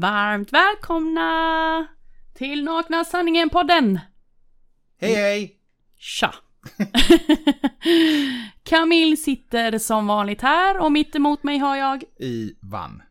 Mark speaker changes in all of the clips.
Speaker 1: Varmt välkomna till Nakna Sanningen-podden!
Speaker 2: Hej hej!
Speaker 1: Tja! Camille sitter som vanligt här och mitt emot mig har jag
Speaker 2: Ivan.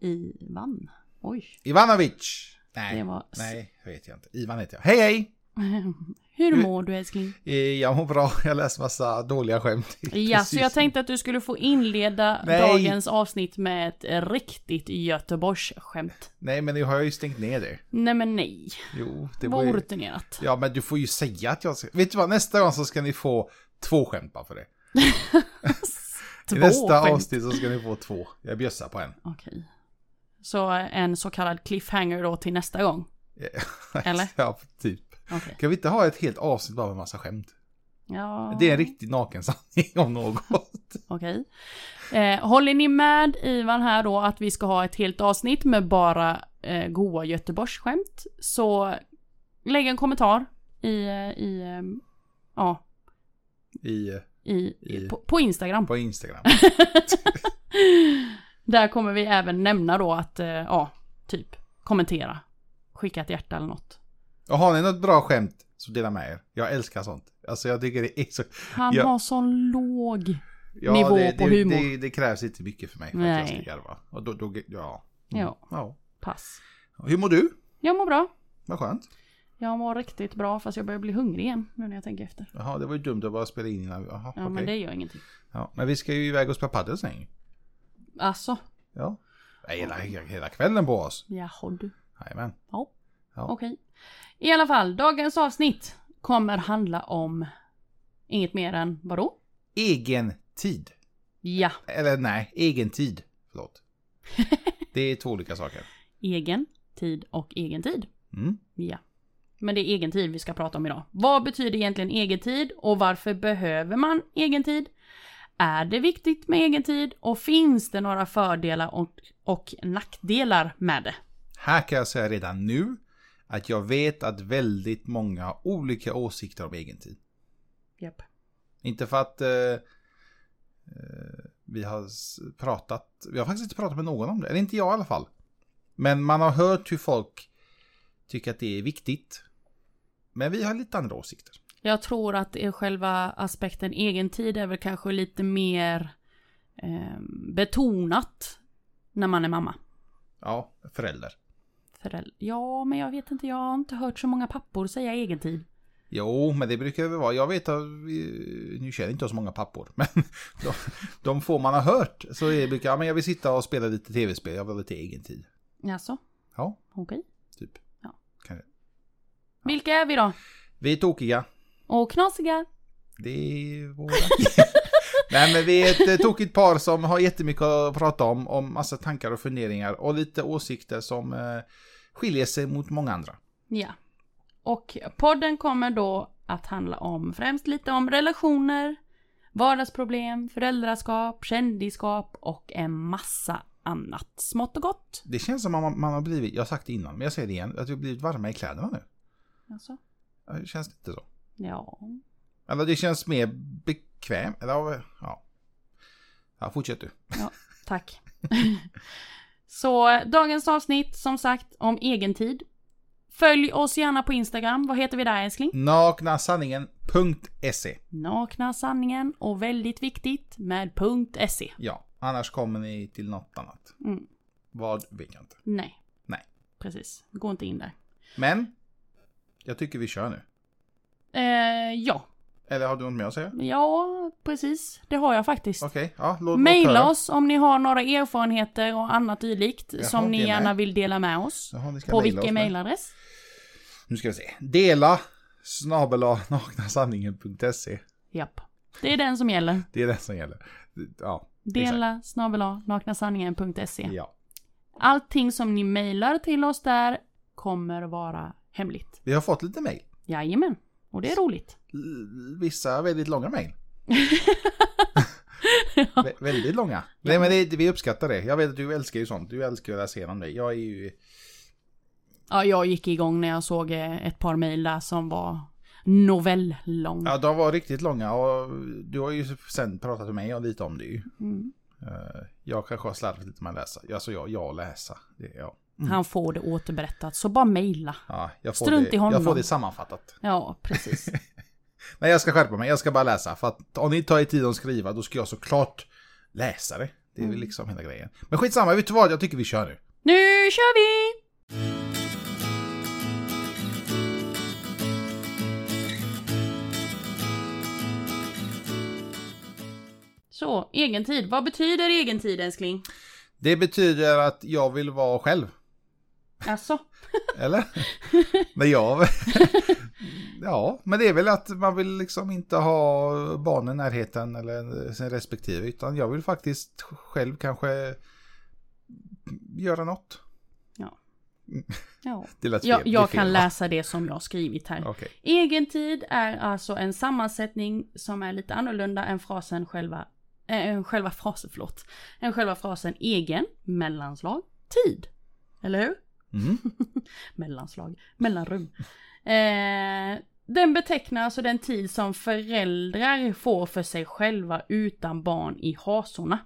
Speaker 1: Ivan. Oj,
Speaker 2: Ivanovic! Nej,
Speaker 1: Det var-
Speaker 2: nej, det vet jag inte. Ivan heter jag. Hej hej!
Speaker 1: hur mår du älskling?
Speaker 2: Eh, Jag mår bra, jag läser massa dåliga skämt.
Speaker 1: Ja, så
Speaker 2: Precis.
Speaker 1: jag tänkte att du skulle få inleda
Speaker 2: Nej.
Speaker 1: dagens avsnitt med ett riktigt Göteborgsskämt.
Speaker 2: Nej, men nu har jag ju stängt ner det.
Speaker 1: Nej men nej,
Speaker 2: Jo, det var
Speaker 1: vad
Speaker 2: ju...
Speaker 1: orutinerat.
Speaker 2: Ja, men du får ju säga att jag ska... Vet du vad, nästa gång så ska ni få två skämt bara för det.
Speaker 1: Två
Speaker 2: I nästa
Speaker 1: skämt.
Speaker 2: avsnitt så ska ni få två. Jag bjössar på en.
Speaker 1: Okej. Så en så kallad cliffhanger då till nästa gång. Eller?
Speaker 2: ja, typ.
Speaker 1: Okej.
Speaker 2: Kan vi inte ha ett helt avsnitt bara med massa skämt?
Speaker 1: Ja,
Speaker 2: Det är en riktig naken sanning om något.
Speaker 1: okej. Eh, håller ni med Ivan här då att vi ska ha ett helt avsnitt med bara eh, goa Göteborgsskämt så lägg en kommentar i, eh, i, ehm, ja,
Speaker 2: I, eh,
Speaker 1: i, i.
Speaker 2: I-
Speaker 1: På, på Instagram.
Speaker 2: på Instagram.
Speaker 1: Där kommer vi även nämna då att, eh, ja, typ kommentera. Skicka ett hjärta eller något.
Speaker 2: Och har ni något bra skämt så dela med er. Jag älskar sånt. Alltså jag tycker det är så...
Speaker 1: Han
Speaker 2: Ja.
Speaker 1: har sån låg...
Speaker 2: Ja,
Speaker 1: Nivå
Speaker 2: det,
Speaker 1: på
Speaker 2: det,
Speaker 1: humor.
Speaker 2: Det, det krävs inte mycket för mig för att
Speaker 1: Nej.
Speaker 2: jag ska garva. Och då, då ja. Mm.
Speaker 1: Ja,
Speaker 2: ja.
Speaker 1: pass.
Speaker 2: Hur mår du?
Speaker 1: Jag mår bra.
Speaker 2: Vad skönt.
Speaker 1: Jag mår riktigt bra fast jag börjar bli hungrig igen nu när jag tänker efter.
Speaker 2: Jaha, det var ju dumt att bara spela in innan. Jaha,
Speaker 1: Ja
Speaker 2: okej.
Speaker 1: men det gör ingenting.
Speaker 2: ja, men vi ska ju iväg och spela padel sen ju.
Speaker 1: Alltså,
Speaker 2: Ja. Nej, Hela, hela kvällen på oss.
Speaker 1: jaha du.
Speaker 2: Jajamän.
Speaker 1: Ja.
Speaker 2: Ja.
Speaker 1: Okej. I alla fall, dagens avsnitt kommer handla om inget mer än vadå?
Speaker 2: Egen tid.
Speaker 1: Ja,
Speaker 2: Eller nej, egen tid. Förlåt. Det är två olika saker.
Speaker 1: egen tid och egen tid.
Speaker 2: Mm.
Speaker 1: Ja. Men det är egen tid vi ska prata om idag. Vad betyder egentligen egen tid och varför behöver man egen tid? Är det viktigt med egen tid och finns det några fördelar och, och nackdelar med det?
Speaker 2: Här kan jag säga redan nu att jag vet att väldigt många har olika åsikter om egen tid.
Speaker 1: Japp.
Speaker 2: Inte för att eh, eh, vi har s- pratat, vi har faktiskt inte pratat med någon om det, eller inte jag i alla fall. Men man har hört hur folk tycker att det är viktigt. Men vi har lite andra åsikter.
Speaker 1: Jag tror att det är själva aspekten egen tid är väl kanske lite mer eh, betonat när man är mamma.
Speaker 2: Ja, förälder.
Speaker 1: Föräldrar. Ja, men jag vet inte, jag har inte hört så många pappor säga egen tid.
Speaker 2: Jo, men det brukar väl vara. Jag vet att vi, nu känner inte jag så många pappor, men de, de få man har hört så är det brukar, ja men jag vill sitta och spela lite tv-spel, jag vill ha lite egen tid.
Speaker 1: Alltså,
Speaker 2: Ja,
Speaker 1: okej.
Speaker 2: typ.
Speaker 1: Ja.
Speaker 2: Kanske.
Speaker 1: Vilka är vi då?
Speaker 2: Vi är tokiga.
Speaker 1: Och knasiga?
Speaker 2: Det är våra. Nej men vi är ett eh, tokigt par som har jättemycket att prata om, om massa tankar och funderingar och lite åsikter som eh, skiljer sig mot många andra.
Speaker 1: Ja. Och podden kommer då att handla om främst lite om relationer, vardagsproblem, föräldraskap, kändiskap och en massa annat smått och gott.
Speaker 2: Det känns som att man, man har blivit, jag har sagt det innan, men jag säger det igen, att vi har blivit varma i kläderna nu.
Speaker 1: Alltså,
Speaker 2: Ja, Det känns inte så.
Speaker 1: ja.
Speaker 2: Eller det känns mer bekvämt, eller ja. Ja, fortsätt du.
Speaker 1: Tack. Så eh, dagens avsnitt som sagt om egen tid. Följ oss gärna på Instagram. Vad heter vi där älskling?
Speaker 2: Naknasanningen.se
Speaker 1: Nakna sanningen och väldigt viktigt med E. .se.
Speaker 2: Ja, annars kommer ni till något annat.
Speaker 1: Mm.
Speaker 2: Vad vet jag inte.
Speaker 1: Nej.
Speaker 2: Nej.
Speaker 1: Precis. Gå inte in där.
Speaker 2: Men, jag tycker vi kör nu.
Speaker 1: Eh, ja.
Speaker 2: Eller har du något mer att säga?
Speaker 1: Ja, precis. Det har jag faktiskt.
Speaker 2: Okej, ja, låt låt
Speaker 1: Maila
Speaker 2: höra.
Speaker 1: oss om ni har några erfarenheter och annat dylikt
Speaker 2: Jaha,
Speaker 1: som ni
Speaker 2: det med.
Speaker 1: gärna vill dela med oss.
Speaker 2: Jaha, ni ska
Speaker 1: På
Speaker 2: mejla oss
Speaker 1: vilken
Speaker 2: med.
Speaker 1: mailadress?
Speaker 2: Nu ska vi se. Dela snabel naknasanningen.se.
Speaker 1: Japp. Det är den som gäller.
Speaker 2: Det är det som gäller. Ja,
Speaker 1: Dela snabel naknasanningen.se.
Speaker 2: ja.
Speaker 1: E. Allting som ni mailar till oss där kommer vara hemligt.
Speaker 2: Vi har fått lite mejl.
Speaker 1: Jajamän. Och det är roligt.
Speaker 2: L- Vissa väldigt långa mejl. Vä- väldigt långa. Nej men det, vi uppskattar det. Jag vet att du älskar ju sånt. Du älskar ju att läsa igenom det. Jag är ju...
Speaker 1: Ja, jag gick igång när jag såg eh, ett par mejl där som var novellång.
Speaker 2: Ja, de var riktigt långa och du har ju sen pratat med mig lite om det ju.
Speaker 1: Mm.
Speaker 2: Eh, Jag kanske har slarvat lite med att läsa. Alltså jag, jag läsa. Det, ja.
Speaker 1: Han får det återberättat, så bara mejla.
Speaker 2: Ja, jag, får
Speaker 1: Strunt
Speaker 2: det,
Speaker 1: i honom.
Speaker 2: jag får det sammanfattat.
Speaker 1: Ja, precis.
Speaker 2: Nej, jag ska skärpa mig. Jag ska bara läsa. För att om ni tar er tid att skriva, då ska jag såklart läsa det. Det är
Speaker 1: Mm.
Speaker 2: väl liksom hela grejen. Men skitsamma, vet du vad? Jag tycker vi kör nu.
Speaker 1: nu kör vi! Så, egen tid. Vad betyder egen tid älskling?
Speaker 2: Det betyder att jag vill vara själv.
Speaker 1: Alltså,
Speaker 2: Eller? Men jag... ja, men det är väl att man vill liksom inte ha barnen i närheten eller sin respektive. Utan jag vill faktiskt själv kanske göra något.
Speaker 1: ja.
Speaker 2: Det lät
Speaker 1: Jag,
Speaker 2: fel. Det är
Speaker 1: jag
Speaker 2: fel,
Speaker 1: kan
Speaker 2: va?
Speaker 1: läsa det som jag har skrivit här.
Speaker 2: Okej.
Speaker 1: Egen tid är alltså en sammansättning som är lite annorlunda än frasen själva, äh, än själva frasen, förlåt, än själva frasen egen, mellanslag, tid. Eller hur?
Speaker 2: Mm.
Speaker 1: mellanslag, mellanrum. Eh, den betecknar alltså den tid som föräldrar får för sig själva utan barn i hasorna.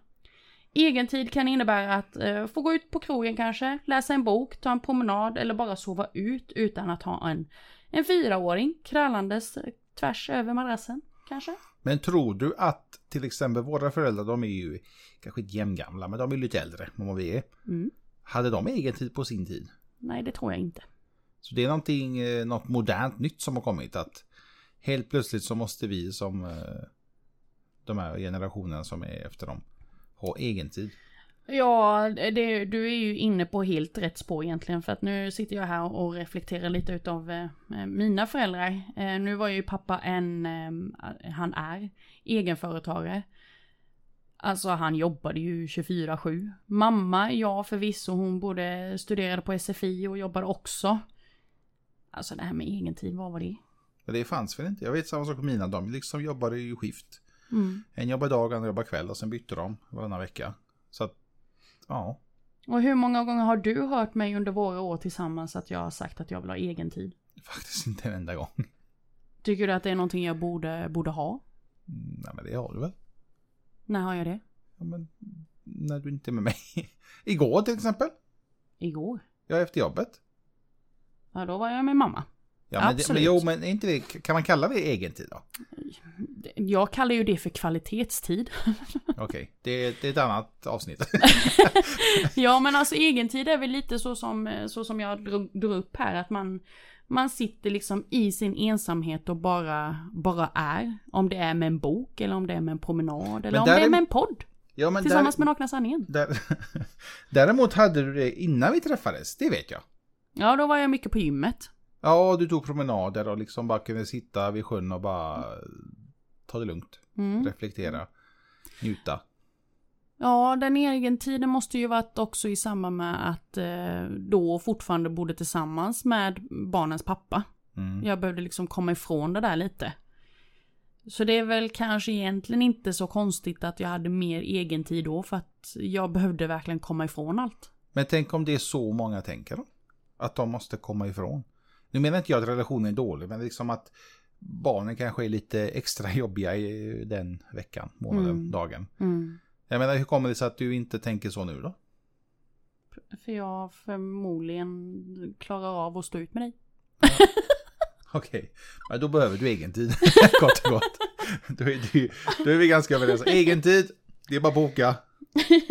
Speaker 1: Egentid kan innebära att eh, få gå ut på krogen kanske, läsa en bok, ta en promenad eller bara sova ut utan att ha en, en fyraåring krallandes eh, tvärs över madrassen kanske.
Speaker 2: Men tror du att till exempel våra föräldrar, de är ju kanske inte jämngamla, men de är lite äldre än vad vi är.
Speaker 1: Mm.
Speaker 2: Hade de egen tid på sin tid?
Speaker 1: Nej, det tror jag inte.
Speaker 2: Så det är någonting, eh, något modernt nytt som har kommit att helt plötsligt så måste vi som eh, de här generationerna som är efter dem ha egen tid.
Speaker 1: Ja, det, du är ju inne på helt rätt spår egentligen för att nu sitter jag här och reflekterar lite utav eh, mina föräldrar. Eh, nu var ju pappa en, eh, han är egenföretagare. Alltså han jobbade ju 24-7. Mamma, ja förvisso, hon både studerade på SFI och jobbade också. Alltså det här med egen tid, vad var det?
Speaker 2: Men det fanns väl inte? Jag vet samma sak med mina, de liksom jobbade ju skift.
Speaker 1: Mm.
Speaker 2: En jobbade dag, andra jobbade kväll och sen bytte de varannan vecka. Så att, ja.
Speaker 1: Och hur många gånger har du hört mig under våra år tillsammans att jag har sagt att jag vill ha egen tid?
Speaker 2: Faktiskt inte en enda gång.
Speaker 1: Tycker du att det är någonting jag borde, borde ha?
Speaker 2: Mm, Nej men det har du väl?
Speaker 1: När har jag det?
Speaker 2: Ja, men, när du inte är med mig. Igår till exempel.
Speaker 1: Igår.
Speaker 2: Jag är efter jobbet.
Speaker 1: Ja, då var jag med mamma.
Speaker 2: Ja, men, det, men,
Speaker 1: Absolut.
Speaker 2: jo, men är inte det, kan man kalla det egen tid då?
Speaker 1: Jag kallar ju det för kvalitetstid.
Speaker 2: Okej, det, det är ett annat avsnitt.
Speaker 1: ja, men alltså egentid är väl lite så som, eh, så som jag drog, drog upp här, att man, man sitter liksom i sin ensamhet och bara, bara är. Om det är med en bok eller om det är med en promenad eller om det
Speaker 2: där
Speaker 1: är
Speaker 2: är-
Speaker 1: med en podd.
Speaker 2: Ja, men
Speaker 1: Tillsammans
Speaker 2: där,
Speaker 1: med Nakna Sanningen.
Speaker 2: där, däremot hade du det innan vi träffades, det vet jag.
Speaker 1: Ja, då var jag mycket på gymmet.
Speaker 2: Ja, du tog promenader och liksom bara kunde sitta vid sjön och bara ta det lugnt,
Speaker 1: Mm.
Speaker 2: reflektera, njuta.
Speaker 1: Ja, den egentiden måste ju varit också i samband med att eh, då fortfarande bodde tillsammans med barnens pappa.
Speaker 2: Mm.
Speaker 1: Jag behövde liksom komma ifrån det där lite. Så det är väl kanske egentligen inte så konstigt att jag hade mer egen tid då för att jag behövde verkligen komma ifrån allt.
Speaker 2: Men tänk om det är så många tänker då? Att de måste komma ifrån. Nu menar inte jag att relationen är dålig, men liksom att barnen kanske är lite extra jobbiga i den veckan, månaden,
Speaker 1: Mm.
Speaker 2: dagen. Jag menar, hur kommer det sig att du inte tänker så nu då?
Speaker 1: För jag förmodligen klarar av att stå ut med dig.
Speaker 2: Okej, men då behöver du egen tid. gott och gott. Då är, du, då är vi ganska överens. Egen tid, det är bara att boka.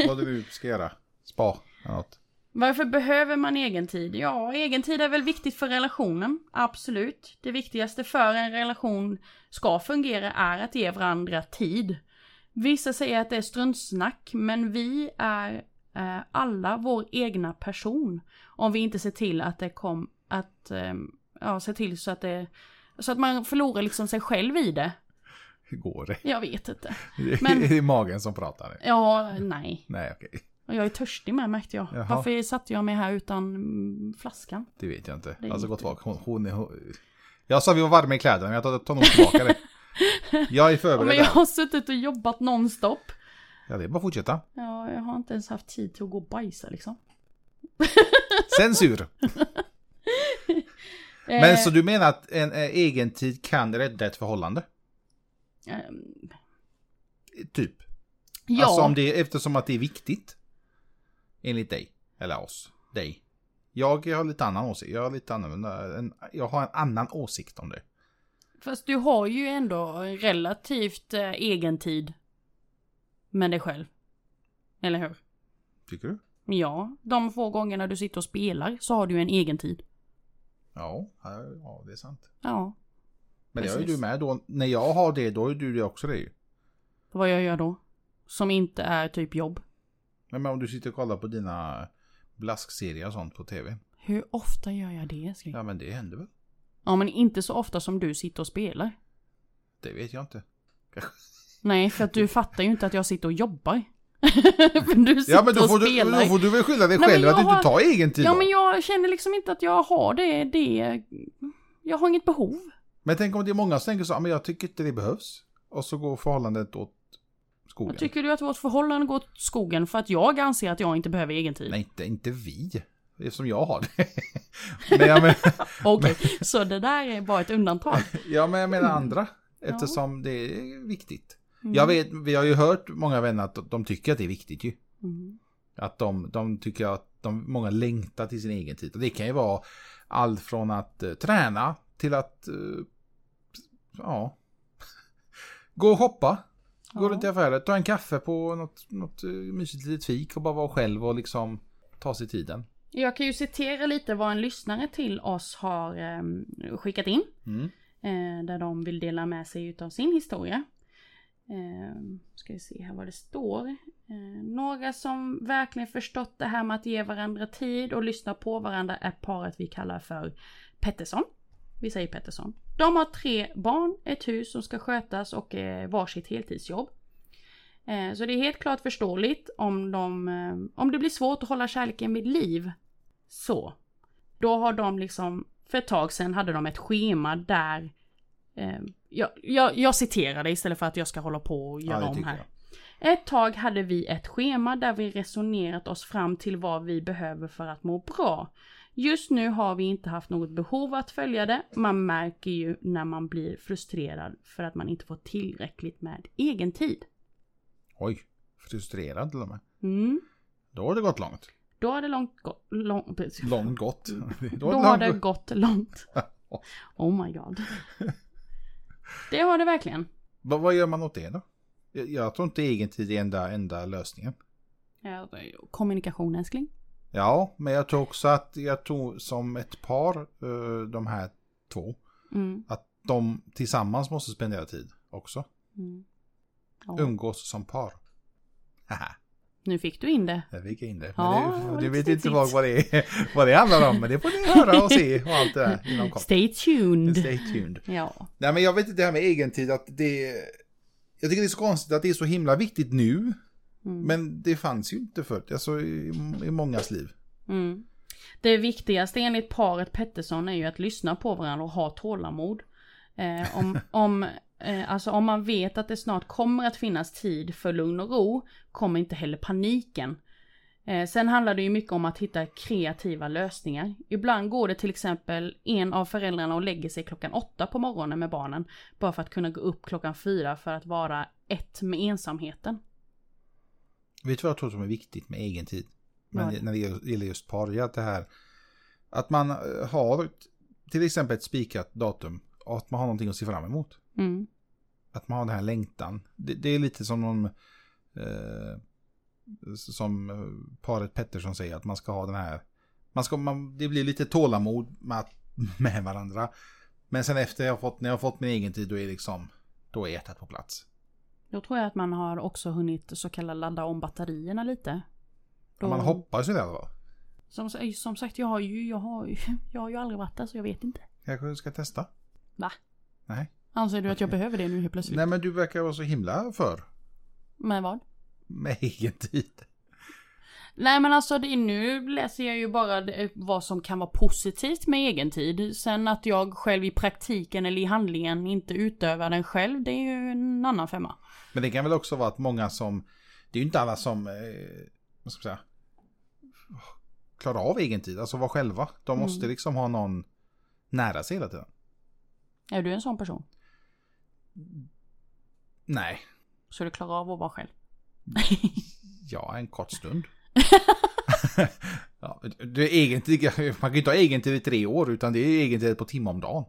Speaker 2: Vad du ska göra. Spa eller något.
Speaker 1: Varför behöver man egen tid? Ja, egen tid är väl viktigt för relationen, absolut. Det viktigaste för en relation ska fungera är att ge varandra tid. Vissa säger att det är struntsnack, men vi är eh, alla vår egna person. Om vi inte ser till att det kom, att, eh, ja, se till så att det, så att man förlorar liksom sig själv i det.
Speaker 2: Hur går det?
Speaker 1: Jag vet inte. Men-
Speaker 2: Men... Är det magen som pratar nu?
Speaker 1: Ja, nej.
Speaker 2: Nej, okej.
Speaker 1: Och jag är törstig med märkte jag.
Speaker 2: Jaha.
Speaker 1: Varför satte jag mig här utan mm, flaskan?
Speaker 2: Det vet jag inte.
Speaker 1: är
Speaker 2: Alltså gott
Speaker 1: inte-
Speaker 2: folk, hon, hon är... Hon... Jag sa vi var varma i kläderna, men jag tar, tar nog tillbaka det. Jag är
Speaker 1: Ja,
Speaker 2: förberedd.
Speaker 1: men jag har suttit och jobbat nonstop.
Speaker 2: Ja, det är bara att fortsätta.
Speaker 1: Ja, jag har inte ens haft tid till att gå och bajsa liksom.
Speaker 2: Censur!
Speaker 1: Eh,
Speaker 2: Men så du menar att en eh, egen tid kan rädda ett förhållande?
Speaker 1: ehm,
Speaker 2: Typ.
Speaker 1: ja,
Speaker 2: Alltså om det, eftersom att det är viktigt. Enligt dig. Eller oss. Dig. Jag har lite annan åsikt. Jag har lite annorlunda. En, jag har en annan åsikt om det.
Speaker 1: Fast du har ju ändå en relativt eh, egen tid med dig själv. Eller hur?
Speaker 2: Tycker du?
Speaker 1: Ja, de få gångerna du sitter och spelar så har du ju en egen tid.
Speaker 2: Ja, här- ja det är sant.
Speaker 1: Ja,
Speaker 2: Men det har ju
Speaker 1: Precis.
Speaker 2: du med då. När jag har det, då är du det också det ju.
Speaker 1: vad jag gör då? Som inte är typ jobb.
Speaker 2: Nej, Men om du sitter och kollar på dina blaskserier och sånt på tv.
Speaker 1: Hur ofta gör jag det älskling? Ja.
Speaker 2: Ja, men det händer väl.
Speaker 1: men inte så ofta som du sitter och spelar.
Speaker 2: Det vet jag inte.
Speaker 1: Nej, för att du fattar ju inte att jag sitter och jobbar. för du sitter
Speaker 2: Ja, men då
Speaker 1: och
Speaker 2: får, du,
Speaker 1: spelar.
Speaker 2: då får du väl skylla dig
Speaker 1: Nej, men
Speaker 2: själv
Speaker 1: jag
Speaker 2: att du inte
Speaker 1: har-
Speaker 2: tar egen tid
Speaker 1: Ja
Speaker 2: då.
Speaker 1: men jag känner liksom inte att jag har det, det... Jag har inget behov.
Speaker 2: Men tänk om det är många som tänker så, "Ja, men jag tycker inte det behövs. Och så går förhållandet åt skogen.
Speaker 1: Jag tycker du att vårt förhållande går åt skogen för att jag anser att jag inte behöver egen tid?
Speaker 2: Nej, inte, inte vi. Eftersom jag har det. men, jag men,
Speaker 1: Okej, så det där är bara ett undantag.
Speaker 2: ja, men jag menar andra. Eftersom det är viktigt.
Speaker 1: Mm.
Speaker 2: Jag vet, vi har ju hört många vänner att de tycker att det är viktigt ju.
Speaker 1: Mm.
Speaker 2: Att de, de tycker att de, många längtar till sin egen tid. Och det kan ju vara allt från att eh, träna till att, eh, ja, gå och hoppa. Gå
Speaker 1: Ja.
Speaker 2: runt i affärer, ta en kaffe på något, något eh, mysigt litet fik och bara vara själv och liksom ta sig tiden.
Speaker 1: Jag kan ju citera lite vad en lyssnare till oss har eh, skickat in.
Speaker 2: Mm.
Speaker 1: Eh, där de vill dela med sig utav sin historia. Eh, ska vi se här vad det står. Eh, några som verkligen förstått det här med att ge varandra tid och lyssna på varandra är paret vi kallar för Pettersson. Vi säger Pettersson. De har tre barn, ett hus som ska skötas och eh, varsitt heltidsjobb. Eh, så det är helt klart förståeligt om, de, eh, om det blir svårt att hålla kärleken vid liv. Så. Då har de liksom, för ett tag sedan hade de ett schema där eh, jag, jag, jag citerar det istället för att jag ska hålla på och göra
Speaker 2: det
Speaker 1: om
Speaker 2: tycker
Speaker 1: här. Ett tag hade vi ett schema där vi resonerat oss fram till vad vi behöver för att må bra. Just nu har vi inte haft något behov att följa det. Man märker ju när man blir frustrerad för att man inte får tillräckligt med egen tid.
Speaker 2: Oj, frustrerad till och med.
Speaker 1: Mm.
Speaker 2: Då har det gått långt.
Speaker 1: Då har det långt gått... Lång,
Speaker 2: Långt gått.
Speaker 1: då
Speaker 2: Då
Speaker 1: har
Speaker 2: har
Speaker 1: det
Speaker 2: långt gått.
Speaker 1: gått långt. Oh my god. Det har det verkligen.
Speaker 2: Vad, vad gör man åt det då? Jag, jag tror inte egen tid är enda, enda lösningen.
Speaker 1: Ja, Kommunikation älskling.
Speaker 2: Ja, men jag tror också att jag tror som ett par, eh, de här två,
Speaker 1: Mm.
Speaker 2: att de tillsammans måste spendera tid också.
Speaker 1: Mm. Ja.
Speaker 2: Umgås som par. Haha,
Speaker 1: Nu fick du in det.
Speaker 2: där fick jag in det. Men
Speaker 1: Ja, det
Speaker 2: det,
Speaker 1: var
Speaker 2: du
Speaker 1: lite
Speaker 2: vet inte
Speaker 1: snitsigt.
Speaker 2: vad, vad, det är, vad det handlar om, men det får ni höra och se och allt det där inom kort.
Speaker 1: Stay tuned.
Speaker 2: Stay tuned.
Speaker 1: Ja.
Speaker 2: Nej, men jag vet inte det här med egentid, att det... Jag tycker det är så konstigt att det är så himla viktigt nu,
Speaker 1: Mm.
Speaker 2: men det fanns ju inte förut, alltså i, i mångas liv.
Speaker 1: Mm. Det viktigaste enligt paret Pettersson är ju att lyssna på varandra och ha tålamod. Eh, om, om, eh, alltså om man vet att det snart kommer att finnas tid för lugn och ro kommer inte heller paniken. Eh, sen handlar det ju mycket om att hitta kreativa lösningar. Ibland går det till exempel en av föräldrarna och lägger sig klockan åtta på morgonen med barnen bara för att kunna gå upp klockan fyra för att vara ett med ensamheten.
Speaker 2: Vet du vad jag tror som är viktigt med egen tid? Men
Speaker 1: Vad?
Speaker 2: när det gäller just par, det är att det här att man eh, har ett- till exempel ett spikat datum och att man har någonting att se fram emot.
Speaker 1: Mm.
Speaker 2: Att man har den här längtan. Det, det är lite som någon eh, som eh, paret Pettersson säger att man ska ha den här man ska, man, det blir lite tålamod med, att- med varandra. Men sen efter jag har fått, när jag har fått min egen tid då är liksom då är hjärtat på plats.
Speaker 1: Då tror jag att man har också hunnit så kallat ladda om batterierna lite. Då-
Speaker 2: Man hoppas ju det då.
Speaker 1: Som, eh, som sagt, jag har, ju, jag, har ju, jag har ju aldrig varit där så jag vet inte.
Speaker 2: Kanske ska testa.
Speaker 1: Va?
Speaker 2: Nej.
Speaker 1: Anser du att jag behöver det nu helt plötsligt?
Speaker 2: Nej men du verkar vara så himla för
Speaker 1: Men vad?
Speaker 2: med egen tid.
Speaker 1: Nej men alltså det, nu läser jag ju bara det, vad som kan vara positivt med egen tid. Sen att jag själv i praktiken eller i handlingen inte utövar den själv, det är ju en annan femma.
Speaker 2: Men det kan väl också vara att många som, det är ju inte alla som, eh, vad ska man säga, klarar av egen tid, alltså vara själva. De
Speaker 1: Mm.
Speaker 2: måste liksom ha någon nära sig hela tiden.
Speaker 1: Är du en sån person?
Speaker 2: Nej,
Speaker 1: Så du klarar av att vara själv?
Speaker 2: ja en kort stund. Ja, det är egentid, man kan ju inte ha egentid i tre år utan det är egentid på timme om dagen.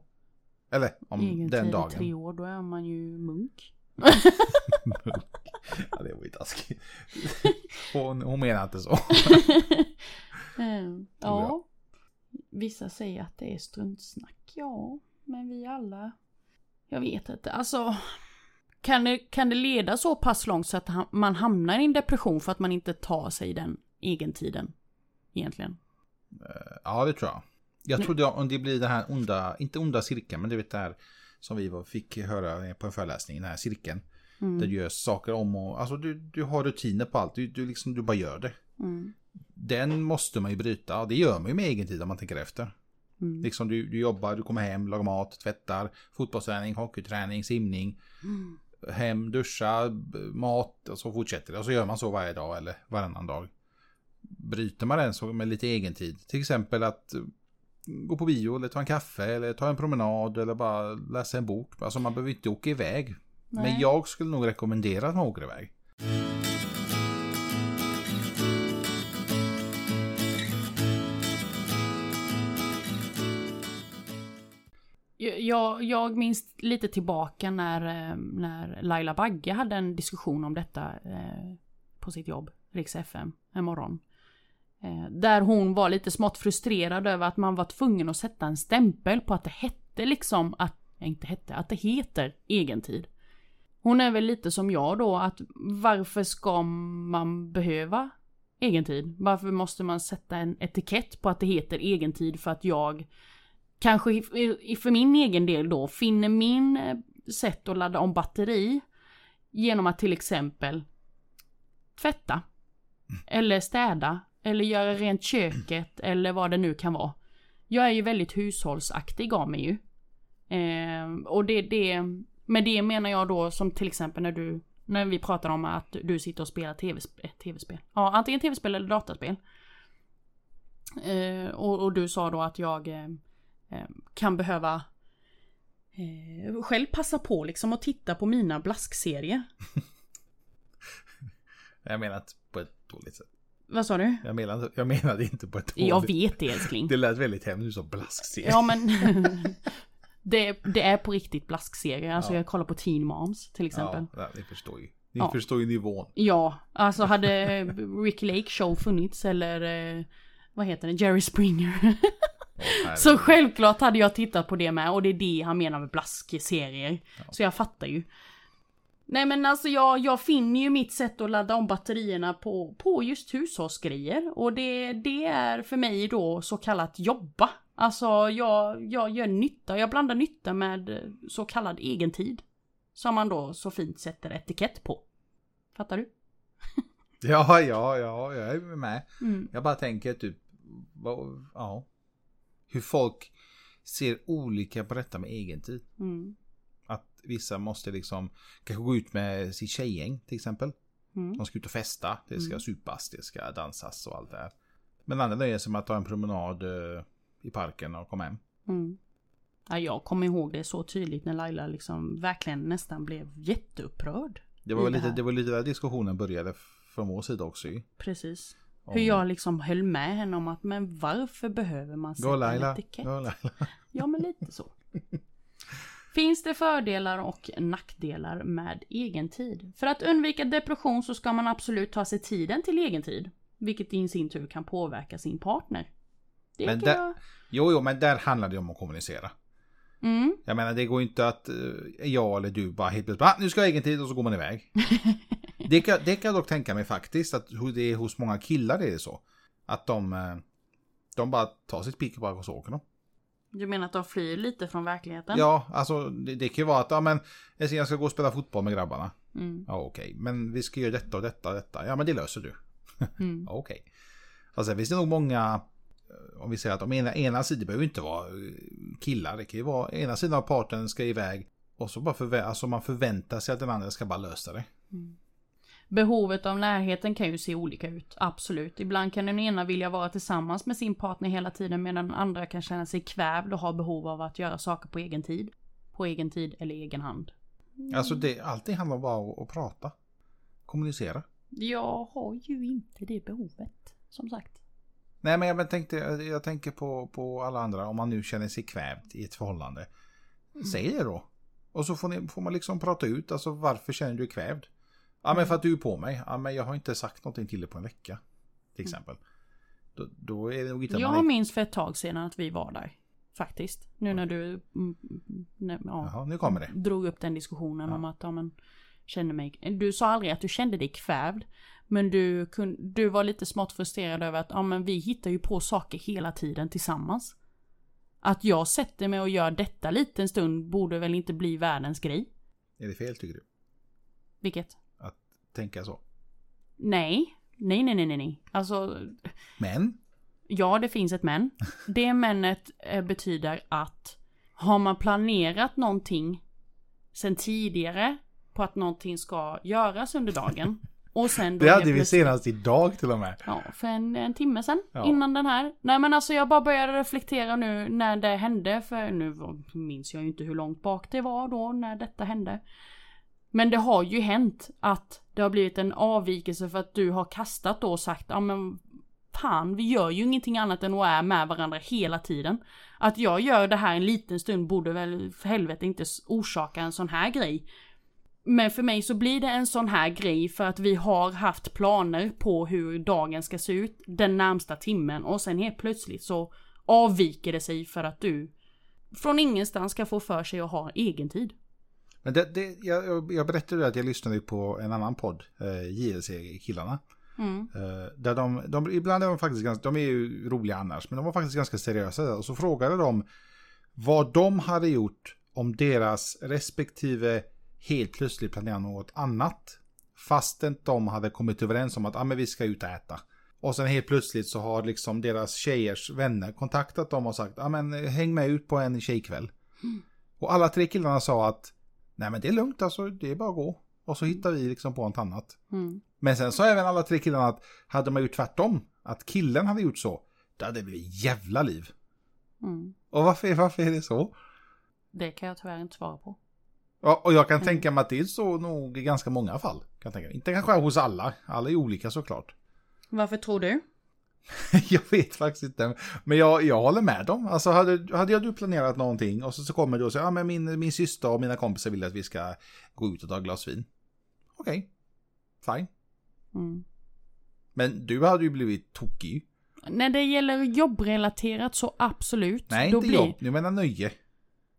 Speaker 2: Eller om
Speaker 1: Egen
Speaker 2: den
Speaker 1: tid
Speaker 2: dagen.
Speaker 1: i tre år, då är man ju munk.
Speaker 2: Ja, det var ju taskigt. Hon, hon menar inte så.
Speaker 1: Eh,
Speaker 2: Tror
Speaker 1: ja.
Speaker 2: jag.
Speaker 1: Vissa säger att det är struntsnack. Ja, men vi alla... Jag vet inte. Alltså... Kan det, kan det leda så pass långt så att ha- man hamnar i en depression för att man inte tar sig den egentiden? Egentligen.
Speaker 2: Ja, det tror jag. Jag
Speaker 1: Nu-
Speaker 2: trodde jag, om det blir det här onda, inte onda cirkeln, men du vet det här som vi var- fick höra på en föreläsning, den här cirkeln.
Speaker 1: Mm.
Speaker 2: Där du gör saker om och, alltså du, du har rutiner på allt, du, du, liksom, du bara gör det.
Speaker 1: Mm.
Speaker 2: Den måste man ju bryta och det gör man ju med egen tid om man tänker efter.
Speaker 1: Mm.
Speaker 2: Liksom du, du jobbar, du kommer hem, lagar mat, tvättar, fotbollsträning, hockeyträning, simning,
Speaker 1: Mm.
Speaker 2: hem, duscha, b- mat och så fortsätter det. Och så gör man så varje dag eller varannan dag. Bryter man den så med lite egen tid. Till exempel att eh, gå på bio eller ta en kaffe eller ta en promenad eller bara läsa en bok. Alltså man behöver inte åka iväg. Men
Speaker 1: Nej.
Speaker 2: jag skulle nog rekommendera att man åker iväg.
Speaker 1: Jag, jag minns lite tillbaka när, eh, när Laila Bagge hade en diskussion om detta eh, på sitt jobb, Rix FM, en morgon. Eh, där hon var lite smått frustrerad över att man var tvungen att sätta en stämpel på att det hette liksom att, nej, inte hette, att det heter egentid. Hon är väl lite som jag då att varför ska man behöva egentid? Varför måste man sätta en etikett på att det heter egentid för att jag kanske i- i- för min egen del då finner min eh, sätt att ladda om batteri genom att till exempel tvätta eller städa eller göra rent köket eller vad det nu kan vara. Jag är ju väldigt hushållsaktig av mig ju. Ehm, och det, det, med det menar jag då som till exempel när du, när vi pratar om att du sitter och spelar tv-spel, tv-spel. Ja, antingen tv-spel eller dataspel. Eh, och, och du sa då att jag eh, eh, kan behöva eh, själv passa på liksom att titta på mina blaskserier.
Speaker 2: Jag menar inte på ett dåligt sätt.
Speaker 1: Vad sa du?
Speaker 2: Jag menade, jag menade inte på ett dåligt
Speaker 1: Jag vet det älskling.
Speaker 2: Det lät väldigt hemskt, du sa blaskserie.
Speaker 1: Ja men det, det är på riktigt blaskserier. Alltså
Speaker 2: Ja.
Speaker 1: jag kollar på Teen Moms till exempel.
Speaker 2: Ja, ja, ni förstår ju. Ni
Speaker 1: Ja.
Speaker 2: förstår ju nivån.
Speaker 1: Ja, alltså hade Rick Lake Show funnits eller eh, vad heter det, Jerry Springer.
Speaker 2: Åh,
Speaker 1: Så självklart hade jag tittat på det med och det är det han menar med blaskeserier. Så jag fattar ju. Nej men alltså jag, jag finner ju mitt sätt att ladda om batterierna på, på just hushållsgrejer. Och det, det är för mig då så kallat jobba. Alltså jag, jag gör nytta, jag blandar nytta med eh, så kallad egen tid. Som man då så fint sätter etikett på. Fattar du?
Speaker 2: Ja, ja, ja, jag är med.
Speaker 1: Mm.
Speaker 2: Jag bara tänker typ, vad, ja. Hur folk ser olika på detta med egen tid.
Speaker 1: Mm.
Speaker 2: Att vissa måste liksom, kanske gå ut med sitt tjejgäng till exempel.
Speaker 1: Mm.
Speaker 2: De ska ut och festa, det ska
Speaker 1: Mm.
Speaker 2: supas, det ska dansas och allt det här. Men andra nöjer sig med att ta en promenad eh, i parken och komma hem.
Speaker 1: Mm. Ja, jag kommer ihåg det så tydligt när Laila liksom verkligen nästan blev jätteupprörd.
Speaker 2: Det var,
Speaker 1: I
Speaker 2: väl
Speaker 1: det
Speaker 2: lite,
Speaker 1: här.
Speaker 2: det var lite där diskussionen började från vår sida också ju.
Speaker 1: Precis.
Speaker 2: Om-
Speaker 1: Hur jag liksom höll med henne om att men varför behöver man
Speaker 2: Gå
Speaker 1: sätta en
Speaker 2: Laila,
Speaker 1: etikett?
Speaker 2: gå Laila.
Speaker 1: Ja men lite så. Finns det fördelar och nackdelar med egentid? För att undvika depression så ska man absolut ta sig tiden till egentid. Vilket i sin tur kan påverka sin partner. Det
Speaker 2: Men
Speaker 1: kan
Speaker 2: där-
Speaker 1: jag...
Speaker 2: Jo, jo, men där handlar det om att kommunicera.
Speaker 1: Mm.
Speaker 2: Jag menar, det går ju inte att eh, jag eller du bara helt plötsligt bara, "Ah, nu ska jag ha egen tid och så går man iväg. det, kan, det kan jag dock tänka mig faktiskt, att hur det är hos många killar det är så. Att de, eh, de bara tar sitt pick och bara går och så åker de.
Speaker 1: Du menar att de flyr lite från verkligheten?
Speaker 2: Ja, alltså det, det kan ju vara att, ja men, jag ska- jag ska gå och spela fotboll med grabbarna.
Speaker 1: Mm.
Speaker 2: Ja, okej, men vi ska göra detta och detta och detta. Ja, men det löser du.
Speaker 1: Mm.
Speaker 2: Ja, Okej. Och sen finns det nog många, eh, om vi säger att de ena, ena sidan behöver ju inte vara eh, killar, det kan ju vara ena sidan av parten ska iväg och så bara förvä- alltså man förväntar sig att den andra ska bara lösa det.
Speaker 1: Behovet av närheten kan ju se olika ut, absolut. Ibland kan den ena vilja vara tillsammans med sin partner hela tiden medan den andra kan känna sig kvävd och ha behov av att göra saker på egen tid. På egen tid eller egen hand.
Speaker 2: Alltså det, allting handlar bara om att, att prata. Kommunicera.
Speaker 1: Mm, Jag har ju inte det behovet, som sagt.
Speaker 2: Nej, men jag men tänkte, jag tänker på, på alla andra, om man nu känner sig kvävt i ett förhållande. Säg det då. Och så får, ni, får man liksom prata ut, alltså varför känner du dig kvävd? Ja, men för att du är på mig. Ja, men jag har inte sagt någonting till dig på en vecka. Till exempel. Då, då är det nog inte att man
Speaker 1: Jag
Speaker 2: är...
Speaker 1: minns för ett tag sedan att vi var där. Faktiskt. Nu när du mm, nej, ja,
Speaker 2: Jaha, nu kommer det.
Speaker 1: drog upp den diskussionen
Speaker 2: Ja.
Speaker 1: om att ja, men, kände mig... Du sa aldrig att du kände dig kvävd. Men du, kun, du var lite smått frustrerad över att ja, men vi hittar ju på saker hela tiden tillsammans. Att jag sätter mig och gör detta lite en stund borde väl inte bli världens grej.
Speaker 2: Är det fel tycker du?
Speaker 1: Vilket?
Speaker 2: Att tänka så.
Speaker 1: Nej. Nej, nej, nej, nej, nej. Alltså,
Speaker 2: Men,
Speaker 1: Ja, det finns ett men. Det menet eh, betyder att har man planerat någonting sen tidigare på att någonting ska göras under dagen och sen då
Speaker 2: det
Speaker 1: helt
Speaker 2: hade vi
Speaker 1: plötsligt-
Speaker 2: senast idag till och med.
Speaker 1: Ja, för en, en timme sen
Speaker 2: Ja.
Speaker 1: innan den här. Nej men alltså jag bara började reflektera nu när det hände för nu var- minns jag ju inte hur långt bak det var då när detta hände. Men det har ju hänt att det har blivit en avvikelse för att du har kastat då och sagt ja men fan vi gör ju ingenting annat än att är med varandra hela tiden. Att jag gör det här en liten stund borde väl för helvete inte s- orsaka en sån här grej. Men för mig så blir det en sån här grej för att vi har haft planer på hur dagen ska se ut den närmsta timmen och sen helt plötsligt så avviker det sig för att du från ingenstans ska få för sig att ha egen tid.
Speaker 2: Men det, det, jag, jag- jag berättade ju att jag lyssnade på en annan podd, eh, JLC-killarna.
Speaker 1: Mm.
Speaker 2: Eh, där de, de, ibland är de faktiskt ganska, de är ju roliga annars, men de var faktiskt ganska seriösa. där. Och så frågade de vad de hade gjort om deras respektive helt plötsligt planerade något annat. Fastän de hade kommit överens om att ah, men vi ska ut och äta. Och sen helt plötsligt så har liksom deras tjejers vänner kontaktat dem och sagt ah, men eh, häng med ut på en tjejkväll. Och alla tre killarna sa att nej men det är lugnt alltså, det är bara att gå. Och så hittar vi liksom på något annat.
Speaker 1: Mm.
Speaker 2: Men sen sa även alla tre killarna att hade man gjort tvärtom, att killen hade gjort så, då hade det blivit jävla liv.
Speaker 1: Mm.
Speaker 2: Och varför, varför är det så?
Speaker 1: Det kan jag tyvärr inte svara på.
Speaker 2: Ja, och jag kan
Speaker 1: Mm.
Speaker 2: tänka mig att det är så nog i ganska många fall. Kan jag tänka. mig. Inte kanske hos alla, alla är olika såklart.
Speaker 1: Varför tror du?
Speaker 2: jag vet faktiskt inte, men jag, jag håller med dem. Alltså hade, hade jag du planerat någonting och så, så kommer du och säger, ja men min, min syster och mina kompisar vill att vi ska gå ut och ta ett glas vin. Okej, fine.
Speaker 1: Mm.
Speaker 2: Men du hade ju blivit tokig.
Speaker 1: När det gäller jobbrelaterat så absolut.
Speaker 2: Nej,
Speaker 1: Då
Speaker 2: inte
Speaker 1: blir-
Speaker 2: jobb, jag menar nöje.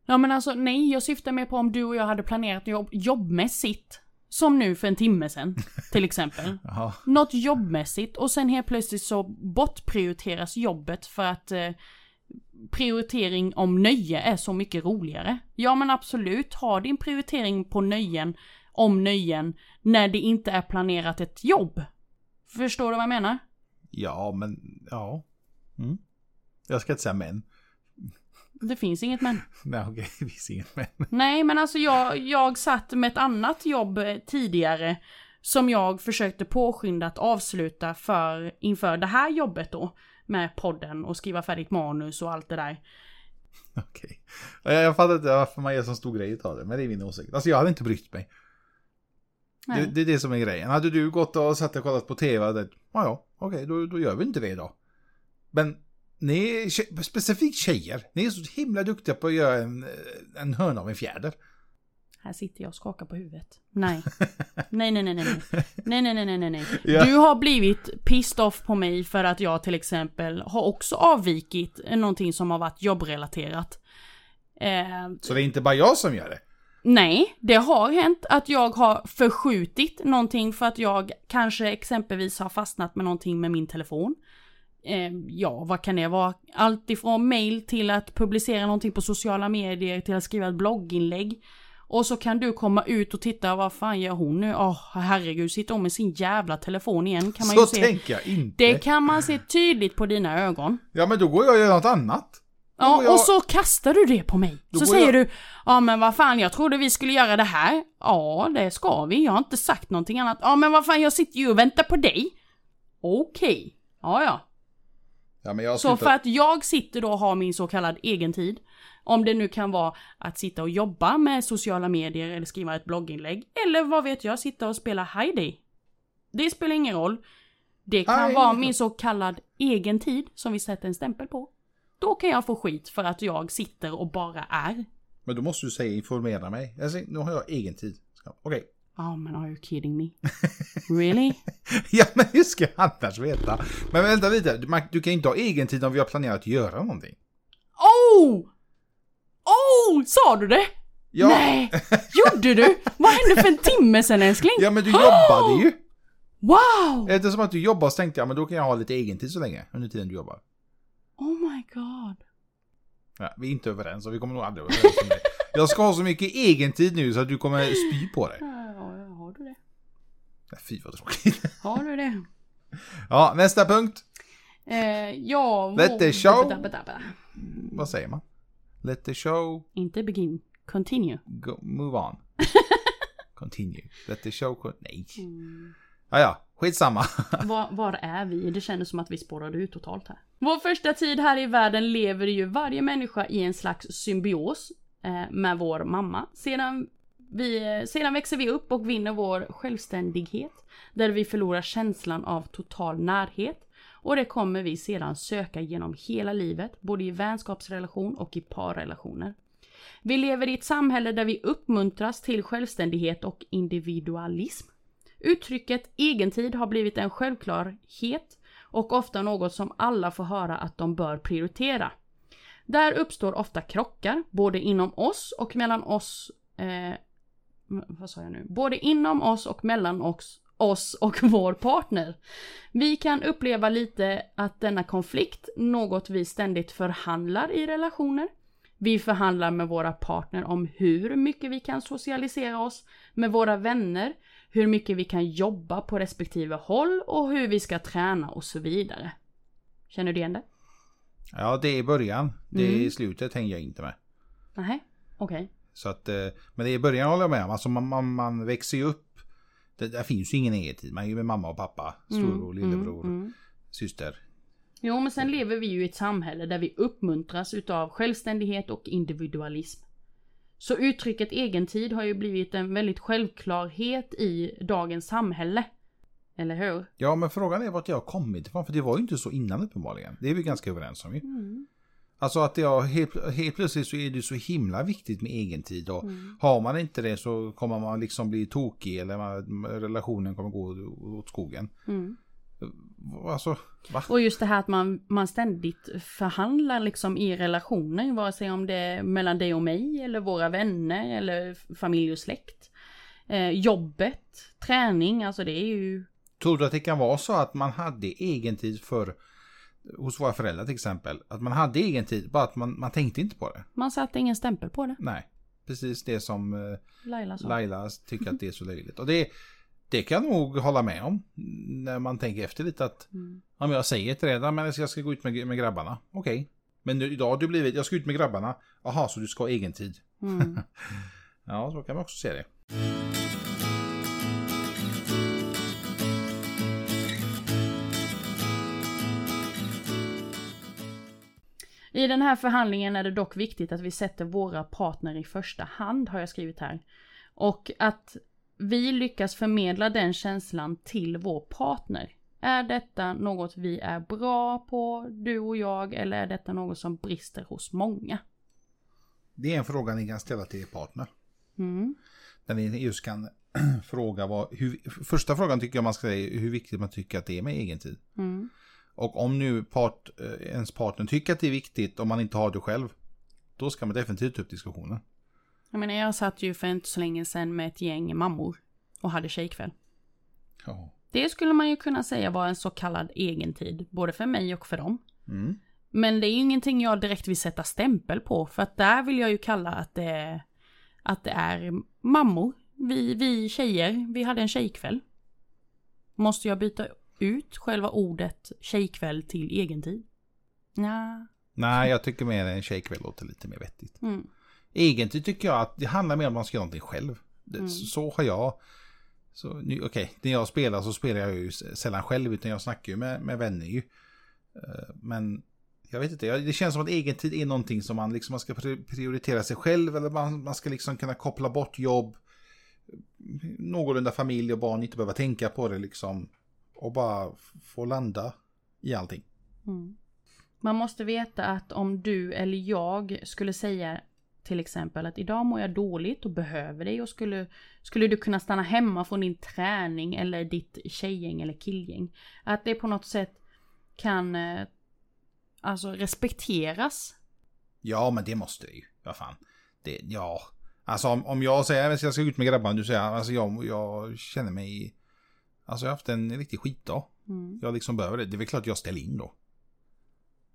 Speaker 1: Ja men alltså nej, jag syftar mer på om du och jag hade planerat jobb, jobbmässigt. Som nu för en timme sen, till exempel.
Speaker 2: Jaha.
Speaker 1: något jobbmässigt och sen helt plötsligt så bortprioriteras jobbet för att eh, prioritering om nöje är så mycket roligare. Ja men absolut, ha din prioritering på nöjen om nöjen när det inte är planerat ett jobb. Förstår du vad jag menar?
Speaker 2: Ja, men ja. Mm. Jag ska inte säga men.
Speaker 1: Det finns inget men.
Speaker 2: Nej, okej, vi ser inget men.
Speaker 1: Nej men alltså jag, jag satt med ett annat jobb eh, tidigare som jag försökte påskynda att avsluta för inför det här jobbet då med podden och skriva färdigt manus och allt det där.
Speaker 2: Okej. Jag, jag fattar inte varför man gör så stor grej av det, men det är min åsikt. Alltså jag hade inte brytt mig.
Speaker 1: Nej.
Speaker 2: Det, det är det som är grejen. Hade du gått och satt och kollat på tv, hade, ja, ja, okej, då, då gör vi inte det då. Men ni, är tje- specifikt tjejer, ni är så himla duktiga på att göra en, eh, en hörna av en fjäder.
Speaker 1: Här sitter jag och skakar på huvudet. Nej. Nej, nej, nej, nej. nej. Nej, nej, nej, nej, nej, nej.
Speaker 2: Ja.
Speaker 1: Du har blivit pissed off på mig för att jag till exempel har också avvikit någonting som har varit jobbrelaterat. Eh,
Speaker 2: Så det är inte bara jag som gör det.
Speaker 1: Nej, det har hänt att jag har förskjutit någonting för att jag kanske exempelvis har fastnat med någonting med min telefon. Eh, ja, vad kan det vara? Allt ifrån mail till att publicera någonting på sociala medier till att skriva ett blogginlägg. Och så kan du komma ut och titta, vad fan gör hon nu? Åh, herregud, sitter hon med sin jävla telefon igen? Kan man
Speaker 2: Så
Speaker 1: ju se.
Speaker 2: tänker jag inte.
Speaker 1: Det kan man se tydligt på dina ögon.
Speaker 2: Ja, men då går jag och gör något annat.
Speaker 1: Ja,
Speaker 2: Och jag-
Speaker 1: och så kastar du det på mig.
Speaker 2: Då
Speaker 1: Så
Speaker 2: går
Speaker 1: säger
Speaker 2: jag-
Speaker 1: du, ja men vad fan jag trodde vi skulle göra det här. Ja, det ska vi, jag har inte sagt någonting annat. Ja men vad fan jag sitter ju och väntar på dig. Okej, ja ja.
Speaker 2: Ja, men jag
Speaker 1: Så för att jag sitter då och har min så kallad egen tid. Om det nu kan vara att sitta och jobba med sociala medier eller skriva ett blogginlägg. Eller vad vet jag, sitta och spela Heidi. Det spelar ingen roll. Det kan
Speaker 2: Hej.
Speaker 1: vara min så kallad egen tid som vi sätter en stämpel på, då kan jag få skit för att jag sitter och bara är.
Speaker 2: Men då måste du säga informera mig. Jag säger, nu har jag egen tid. Ja, Okej.
Speaker 1: Ja, Oh, men are you kidding me? Really?
Speaker 2: Ja, men hur ska jag annars veta? Men vänta lite, man- du kan ju inte ha egen tid om vi har planerat att göra någonting.
Speaker 1: Oh! Oh! Sa du det?
Speaker 2: Ja,
Speaker 1: Nej! Gjorde du? Vad hände för en timme sen älskling?
Speaker 2: ja men du jobbade ju.
Speaker 1: Wow!
Speaker 2: Eftersom att du jobbar så tänkte jag, men då kan jag ha lite egen tid så länge, under tiden du jobbar.
Speaker 1: Oh my god.
Speaker 2: Ja, vi är inte överens och vi kommer nog aldrig vara överens om det. Jag ska ha så mycket egen tid nu så att du kommer spy på det.
Speaker 1: Ja, ja, har du det?
Speaker 2: Nej, Fy vad tråkigt.
Speaker 1: Har du det?
Speaker 2: Ja, nästa punkt.
Speaker 1: Eh, ja...
Speaker 2: Let the show-
Speaker 1: Dabba-dabba-dabba.
Speaker 2: Vad säger man? Let the show
Speaker 1: Inte begin. Continue.
Speaker 2: go, move on. Continue. Let the show con- Nej.
Speaker 1: Mm.
Speaker 2: Ja, ja, skitsamma.
Speaker 1: Var, var är vi? Det kändes som att vi spårade ut totalt här. Vår första tid här i världen lever ju varje människa i en slags symbios eh, med vår mamma. Sedan, vi, eh, sedan växer vi upp och vinner vår självständighet där vi förlorar känslan av total närhet och det kommer vi sedan söka genom hela livet, både i vänskapsrelation och i parrelationer. Vi lever i ett samhälle där vi uppmuntras till självständighet och individualism. Uttrycket egentid har blivit en självklarhet och ofta något som alla får höra att de bör prioritera. Där uppstår ofta krockar, både inom oss och mellan oss... Eh, m- vad sa jag nu? Både inom oss och mellan oss, oss och vår partner. Vi kan uppleva lite att denna konflikt, något vi ständigt förhandlar i relationer. Vi förhandlar med våra partner om hur mycket vi kan socialisera oss med våra vänner, hur mycket vi kan jobba på respektive håll och hur vi ska träna och så vidare. Känner du igen det?
Speaker 2: Ja, det är början. Det är
Speaker 1: Mm.
Speaker 2: slutet hänger jag inte med.
Speaker 1: Nej, okej.
Speaker 2: Så att, eh, men det är i början håller jag med om. Alltså man, man, man växer ju upp. Det, där finns ju ingen egen tid. Man är ju med mamma och pappa, storbror, lillebror,
Speaker 1: Mm, mm.
Speaker 2: syster.
Speaker 1: Jo, men sen lever vi ju i ett samhälle där vi uppmuntras utav självständighet och individualism. Så uttrycket egentid har ju blivit en väldigt självklarhet i dagens samhälle. Eller hur?
Speaker 2: Ja, men frågan är vart jag har kommit ifrån. För det var ju inte så innan uppenbarligen. Det är vi ganska överens om ju. Alltså att jag helt, helt plötsligt så är det så himla viktigt med egen tid. Och har man inte det så kommer man liksom bli tokig eller man, relationen kommer gå åt skogen.
Speaker 1: Mm.
Speaker 2: Alltså, va?
Speaker 1: Och just det här att man, man ständigt förhandlar liksom i relationer, vare sig om det är mellan dig och mig eller våra vänner eller f- familj och släkt. Eh, jobbet, träning, alltså det är ju...
Speaker 2: Tror du att det kan vara så att man hade egen tid för hos våra föräldrar till exempel, att man hade egen tid, bara att man, man tänkte inte på det.
Speaker 1: Man satte ingen stämpel på det,
Speaker 2: Nej, precis det som eh,
Speaker 1: Laila sa.
Speaker 2: Laila tycker att det är så löjligt. Och det, det kan jag nog hålla med om när man tänker efter lite att
Speaker 1: Mm.
Speaker 2: om jag säger till dig, "Ja, men jag ska- jag ska gå ut med, med grabbarna, okej. Men nu, idag har du blivit, jag ska ut med grabbarna, jaha så du ska ha egen tid.
Speaker 1: Mm.
Speaker 2: Ja, så kan man också se det.
Speaker 1: I den här förhandlingen är det dock viktigt att vi sätter våra partner i första hand, har jag skrivit här. Och att vi lyckas förmedla den känslan till vår partner. Är detta något vi är bra på, du och jag, eller är detta något som brister hos många?
Speaker 2: Det är en fråga ni kan ställa till er partner.
Speaker 1: Mm.
Speaker 2: Där ni just kan fråga vad, hur, första frågan tycker jag man ska säga är hur viktigt man tycker att det är med egen tid.
Speaker 1: Mm.
Speaker 2: Och om nu part, eh, ens partner tycker att det är viktigt om man inte har det själv, då ska man definitivt ta upp diskussionen.
Speaker 1: Jag menar, jag satt ju för inte så länge sedan med ett gäng mammor och hade tjejkväll.
Speaker 2: Ja.
Speaker 1: Det skulle man ju kunna säga var en så kallad egentid, både för mig och för dem.
Speaker 2: Mm.
Speaker 1: Men det är ju ingenting jag direkt vill sätta stämpel på för att där vill jag ju kalla att det är, att det är mammor. Vi, vi tjejer, vi hade en tjejkväll. Måste jag byta ut själva ordet tjejkväll till egentid? Nja.
Speaker 2: Nej, jag tycker mer en tjejkväll låter lite mer vettigt.
Speaker 1: Mm.
Speaker 2: Egentligen tycker jag att det handlar mer om att man ska göra någonting själv. Det,
Speaker 1: Mm.
Speaker 2: Så har jag... Så nu, Okej, när jag spelar så spelar jag ju s- sällan själv utan jag snackar ju med, med vänner ju. Eh, Men jag vet inte, jag- det känns som att egen tid är någonting som man liksom man ska pri- prioritera sig själv eller man, man ska liksom kunna koppla bort jobb, någorlunda familj och barn, inte behöva tänka på det liksom. Och bara f- få landa i allting.
Speaker 1: Mm. Man måste veta att om du eller jag skulle säga till exempel att idag mår jag dåligt och behöver dig och skulle, skulle du kunna stanna hemma från din träning eller ditt tjejgäng eller killgäng. Att det på något sätt kan eh, alltså respekteras.
Speaker 2: Ja, men det måste det ju. Vad fan. Det, ja. Alltså om, om jag säger att jag ska ut med grabbarna, du säger alltså jag, jag känner mig... Alltså jag har haft en riktig skitdag.
Speaker 1: Mm.
Speaker 2: Jag liksom behöver det. Det är väl klart jag ställer in då.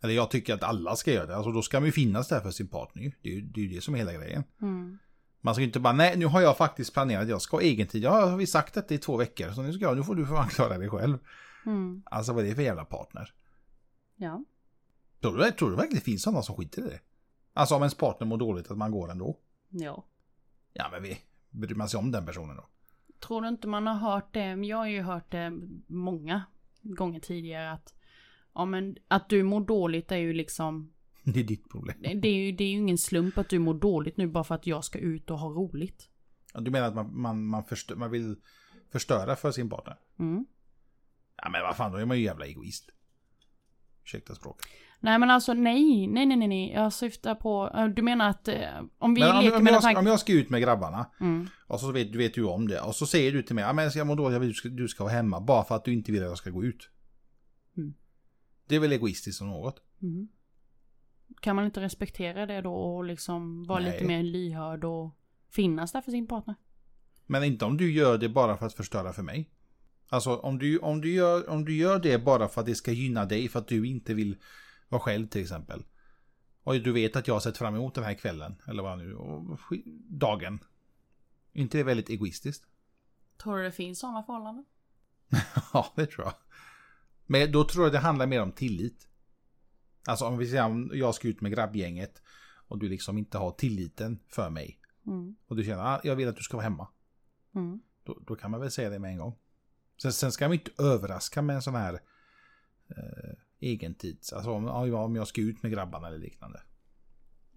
Speaker 2: Eller jag tycker att alla ska göra det. Alltså då ska man ju finnas där för sin partner ju. Det är ju det, är ju det som är hela grejen.
Speaker 1: Mm.
Speaker 2: Man ska ju inte bara, nej nu har jag faktiskt planerat, jag ska ha egen tid. Ja, har vi sagt att det är två veckor, så nu ska jag, nu får du för fan klara dig själv.
Speaker 1: Mm.
Speaker 2: Alltså vad är det för jävla partner?
Speaker 1: Ja.
Speaker 2: Tror du, tror du verkligen det finns sådana som skiter i det? Alltså om ens partner mår dåligt att man går ändå?
Speaker 1: Ja.
Speaker 2: Ja men vi, bryr man sig om den personen då?
Speaker 1: Tror du inte man har hört det? Jag har ju hört det många gånger tidigare att Ja men att du mår dåligt är ju liksom
Speaker 2: Det är ditt problem.
Speaker 1: Det är ju, det är ju ingen slump att du mår dåligt nu bara för att jag ska ut och ha roligt.
Speaker 2: Ja, Du menar att man, man, man, förstö- man vill förstöra för sin partner?
Speaker 1: Mm.
Speaker 2: Ja men vad fan, då är man ju jävla egoist. Ursäkta språket.
Speaker 1: Nej men alltså nej, nej nej nej nej. Jag syftar på, eh, du menar att eh, om vi
Speaker 2: Men om,
Speaker 1: leker
Speaker 2: om,
Speaker 1: med den
Speaker 2: jag, om
Speaker 1: tanken.
Speaker 2: jag ska ut med grabbarna,
Speaker 1: Mm.
Speaker 2: Och så vet, vet du om det. Och så säger du till mig, "Ja, men jag mår dåligt, jag vill att du ska, du ska vara hemma. Bara för att du inte vill att jag ska gå ut.
Speaker 1: Mm.
Speaker 2: Det är väl egoistiskt som något.
Speaker 1: Mm. Kan man inte respektera det då och liksom vara
Speaker 2: Nej.
Speaker 1: lite mer lyhörd och finnas där för sin partner?
Speaker 2: Men inte om du gör det bara för att förstöra för mig. Alltså om du, om du, gör, om du gör det bara för att det ska gynna dig, för att du inte vill vara själv till exempel. Och du vet att jag har sett fram emot den här kvällen, eller vad nu, och sk- dagen. inte det väldigt egoistiskt?
Speaker 1: Tror du det finns sådana förhållanden?
Speaker 2: Ja, det tror jag. Men då tror jag det handlar mer om tillit. Alltså om vi säger om jag ska ut med grabbgänget och du liksom inte har tilliten för mig.
Speaker 1: Mm.
Speaker 2: Och du känner att ah, jag vill att du ska vara hemma.
Speaker 1: Mm.
Speaker 2: Då, då kan man väl säga det med en gång. Sen, sen ska man ju inte överraska med en sån här eh, egentids... Alltså om, ja, om jag ska ut med grabbarna eller liknande.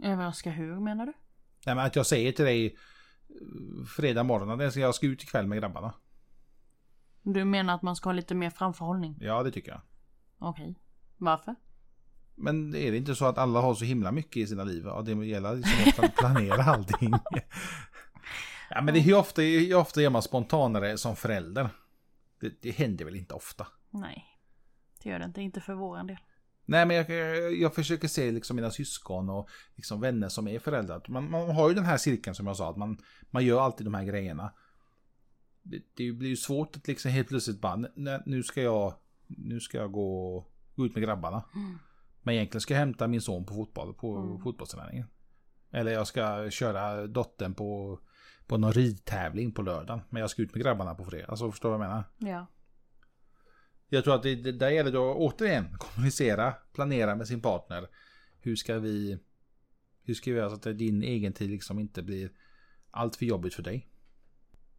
Speaker 1: Överraska hur menar du?
Speaker 2: Nej men att jag säger till dig eh, fredag morgon att jag ska ut ikväll med grabbarna.
Speaker 1: Du menar att man ska ha lite mer framförhållning?
Speaker 2: Ja det tycker jag.
Speaker 1: Okej. Varför?
Speaker 2: Men är det inte så att alla har så himla mycket i sina liv? Ja, det gäller liksom att planera allting. Ja, men det är ju ofta, hur ofta är man spontanare som förälder? Det, det händer väl inte ofta?
Speaker 1: Nej. Det gör det inte, inte för våran del.
Speaker 2: Nej, men jag, jag, jag försöker se liksom mina syskon och liksom vänner som är föräldrar. Att Man, man har ju den här cirkeln som jag sa, att man, man gör alltid de här grejerna. Det, det blir ju svårt att liksom helt plötsligt bara, "Nej, nu ska jag, nu ska jag gå, gå ut med grabbarna. Men egentligen ska jag hämta min son på, fotboll, på
Speaker 1: Mm.
Speaker 2: fotbollsträningen. Eller jag ska köra dottern på, på någon ridtävling på lördagen. Men jag ska ut med grabbarna på fredag. Alltså förstår du vad jag menar?
Speaker 1: Ja.
Speaker 2: Jag tror att det, det där gäller då återigen kommunicera, planera med sin partner. Hur ska vi... Hur ska vi göra så att din egen tid liksom inte blir allt för jobbigt för dig?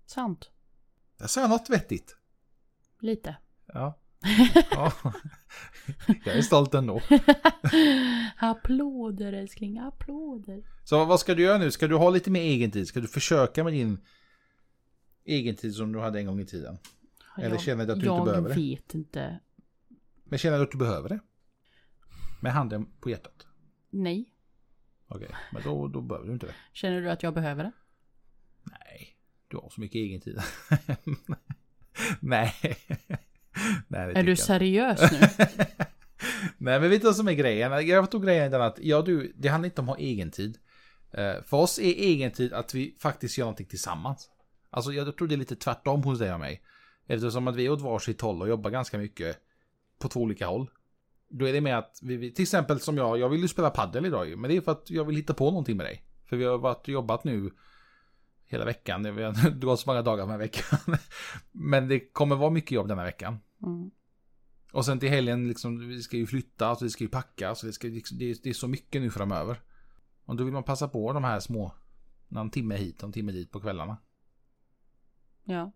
Speaker 1: Sant.
Speaker 2: Där sa jag något vettigt.
Speaker 1: Lite.
Speaker 2: Ja. ja. Jag är stolt ändå.
Speaker 1: applåder älskling, applåder.
Speaker 2: Så vad ska du göra nu? Ska du ha lite mer egen tid? Ska du försöka med din egen tid som du hade en gång i tiden? Eller känner du att du inte behöver det?
Speaker 1: Jag vet inte.
Speaker 2: Men känner du att du behöver det? Med handen på hjärtat.
Speaker 1: Nej.
Speaker 2: Okej, men då, då behöver du inte det.
Speaker 1: Känner du att jag behöver det?
Speaker 2: Nej, du har så mycket egen tid. Nej. Nej, det
Speaker 1: Är
Speaker 2: tycker
Speaker 1: du
Speaker 2: jag
Speaker 1: seriös nu?
Speaker 2: inte. Nej, men vet du vad som är grejen? Jag tror grejen är den att, ja du, det handlar inte om att ha egen tid. Eh, För oss är egen tid att vi faktiskt gör någonting tillsammans. Alltså jag tror det är lite tvärtom hos dig och mig. Eftersom att vi är åt varsitt håll och jobbar ganska mycket på två olika håll. Då är det med att vi, vi till exempel som jag, jag vill ju spela paddel idag ju, men det är för att jag vill hitta på någonting med dig. För vi har varit och jobbat nu hela veckan, det har det har gått så många dagar den här veckan. Men det kommer vara mycket jobb den här veckan.
Speaker 1: Mm.
Speaker 2: Och sen till helgen, liksom, vi ska ju flytta, så vi ska ju packa, så det, ska, liksom- det, är- det är så mycket nu framöver. Och då vill man passa på de här små, någon timme hit, någon timme dit på kvällarna.
Speaker 1: Ja.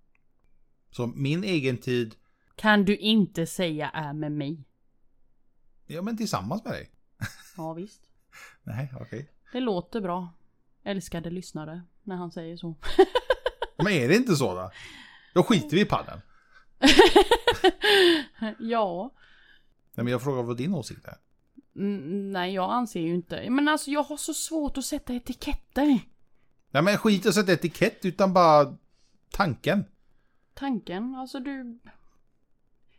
Speaker 2: Så min egen tid,
Speaker 1: Kan du inte säga är med mig?
Speaker 2: ja men tillsammans med dig.
Speaker 1: Ja visst.
Speaker 2: Nej, okej.
Speaker 1: Det låter bra. Älskade lyssnare, när han säger så.
Speaker 2: Men är det inte så då? Då skiter vi i padden.
Speaker 1: ja.
Speaker 2: Nej, men jag frågar vad din åsikt är.
Speaker 1: Mm, nej, jag anser ju inte. Men alltså jag har så svårt att sätta etiketter.
Speaker 2: Nej, men skit i att sätta etikett, utan bara tanken.
Speaker 1: Tanken, alltså du...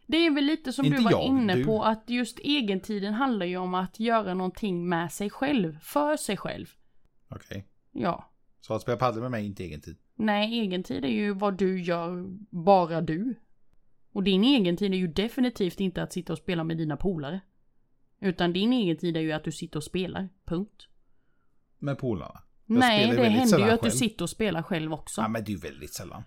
Speaker 1: Det är väl lite som
Speaker 2: Inte
Speaker 1: du var
Speaker 2: jag,
Speaker 1: inne
Speaker 2: du.
Speaker 1: på att just egentiden handlar ju om att göra någonting med sig själv, för sig själv.
Speaker 2: Okej.
Speaker 1: Ja.
Speaker 2: Så att spela padel med mig är inte egen tid.
Speaker 1: Nej, egentid är ju vad du gör, bara du. Och din egentid är ju definitivt inte att sitta och spela med dina polare. Utan din egentid är ju att du sitter och spelar, punkt.
Speaker 2: Med polarna. Jag
Speaker 1: Nej,
Speaker 2: spelar ju
Speaker 1: det
Speaker 2: väldigt
Speaker 1: händer ju
Speaker 2: sällan
Speaker 1: att du
Speaker 2: själv.
Speaker 1: sitter och spelar själv också.
Speaker 2: Ja, men det är ju väldigt sällan.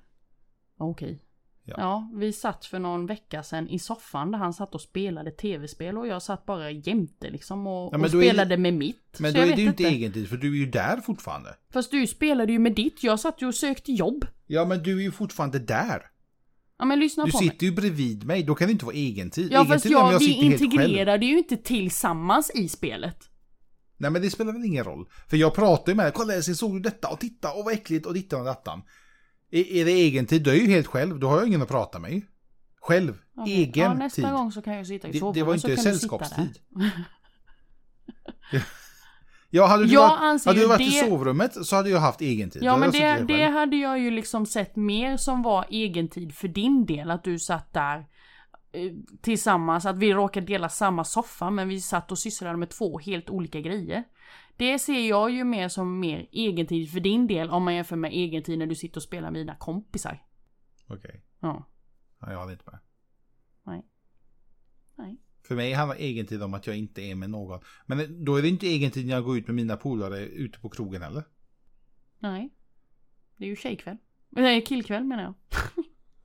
Speaker 1: Okej.
Speaker 2: Ja.
Speaker 1: Ja. vi satt för någon vecka sedan i soffan där han satt och spelade tv-spel och jag satt bara jämte liksom och,
Speaker 2: Ja, men
Speaker 1: och
Speaker 2: då är det-
Speaker 1: spelade med mitt.
Speaker 2: Men
Speaker 1: Så
Speaker 2: då
Speaker 1: jag
Speaker 2: är
Speaker 1: vet
Speaker 2: det ju inte egen tid, för du är ju där fortfarande.
Speaker 1: Fast du spelade ju med ditt, jag satt ju och sökte jobb.
Speaker 2: Ja, men du är ju fortfarande där.
Speaker 1: Ja men lyssna
Speaker 2: Du
Speaker 1: på mig.
Speaker 2: sitter ju bredvid mig, då kan det inte vara egen tid.
Speaker 1: Ja
Speaker 2: egen
Speaker 1: fast
Speaker 2: tid är om
Speaker 1: jag, vi
Speaker 2: sitter helt själv.
Speaker 1: integrerade ju inte tillsammans i spelet.
Speaker 2: Nej, men det spelar väl ingen roll. För jag pratar ju med dig, kolla jag såg du detta och titta och vad äckligt och dittan och dattan. Är, är det egen tid, då är jag ju helt själv, då har jag ingen att prata med ju. Själv,
Speaker 1: Okej.
Speaker 2: egen
Speaker 1: ja, nästa
Speaker 2: tid.
Speaker 1: gång så kan jag sitta i
Speaker 2: Det,
Speaker 1: sovrummet
Speaker 2: det var
Speaker 1: så
Speaker 2: inte
Speaker 1: kan du sitta
Speaker 2: sällskapstid. ja, hade du
Speaker 1: Jag
Speaker 2: varit,
Speaker 1: anser
Speaker 2: hade
Speaker 1: ju
Speaker 2: du varit i
Speaker 1: det-
Speaker 2: sovrummet så hade jag haft egen tid.
Speaker 1: där. Ja
Speaker 2: Då
Speaker 1: men
Speaker 2: hade jag
Speaker 1: det,
Speaker 2: suttit
Speaker 1: det
Speaker 2: själv.
Speaker 1: hade jag ju liksom sett mer som var egen tid för din del. Att du satt där eh, tillsammans, att vi råkade dela samma soffa men vi satt och sysslade med två helt olika grejer. Det ser jag ju mer som mer egen tid för din del om man jämför med egen tid när du sitter och spelar med dina kompisar.
Speaker 2: Okej,
Speaker 1: Ja.
Speaker 2: ja, jag hade inte med.
Speaker 1: Nej. Nej.
Speaker 2: För mig handlar egen tid om att jag inte är med någon. Men då är det inte egen tid när jag går ut med mina polare ute på krogen heller.
Speaker 1: Nej. Det är ju tjejkväll. Nej, killkväll menar jag.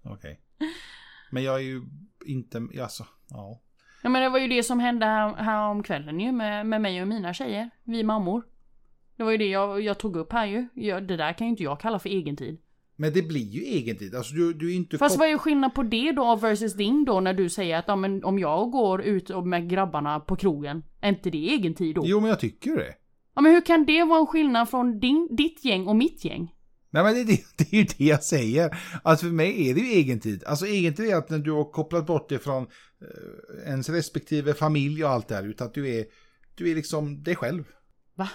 Speaker 2: Okej. Men jag är ju inte, alltså, ja.
Speaker 1: Ja men det var ju det som hände här, här om kvällen ju med, med mig och mina tjejer. Vi mammor. Det var ju det jag, jag tog upp här ju. Jag, det där kan ju inte jag kalla för egen tid.
Speaker 2: Men det blir ju egen tid. Alltså du, du är inte
Speaker 1: Fast
Speaker 2: kop-
Speaker 1: vad är skillnad på det då versus din då när du säger att ja, men om jag går ut och med grabbarna på krogen, är inte det egen tid då?
Speaker 2: Jo, men jag tycker det.
Speaker 1: Ja men hur kan det vara en skillnad från din, ditt gäng och mitt gäng?
Speaker 2: Nej men det, det, det är ju det jag säger. Alltså för mig är det ju egen tid. Alltså egen tid är att när du har kopplat bort det från eh, ens respektive familj och allt det här. Utan att du är, du är liksom dig själv.
Speaker 1: Va?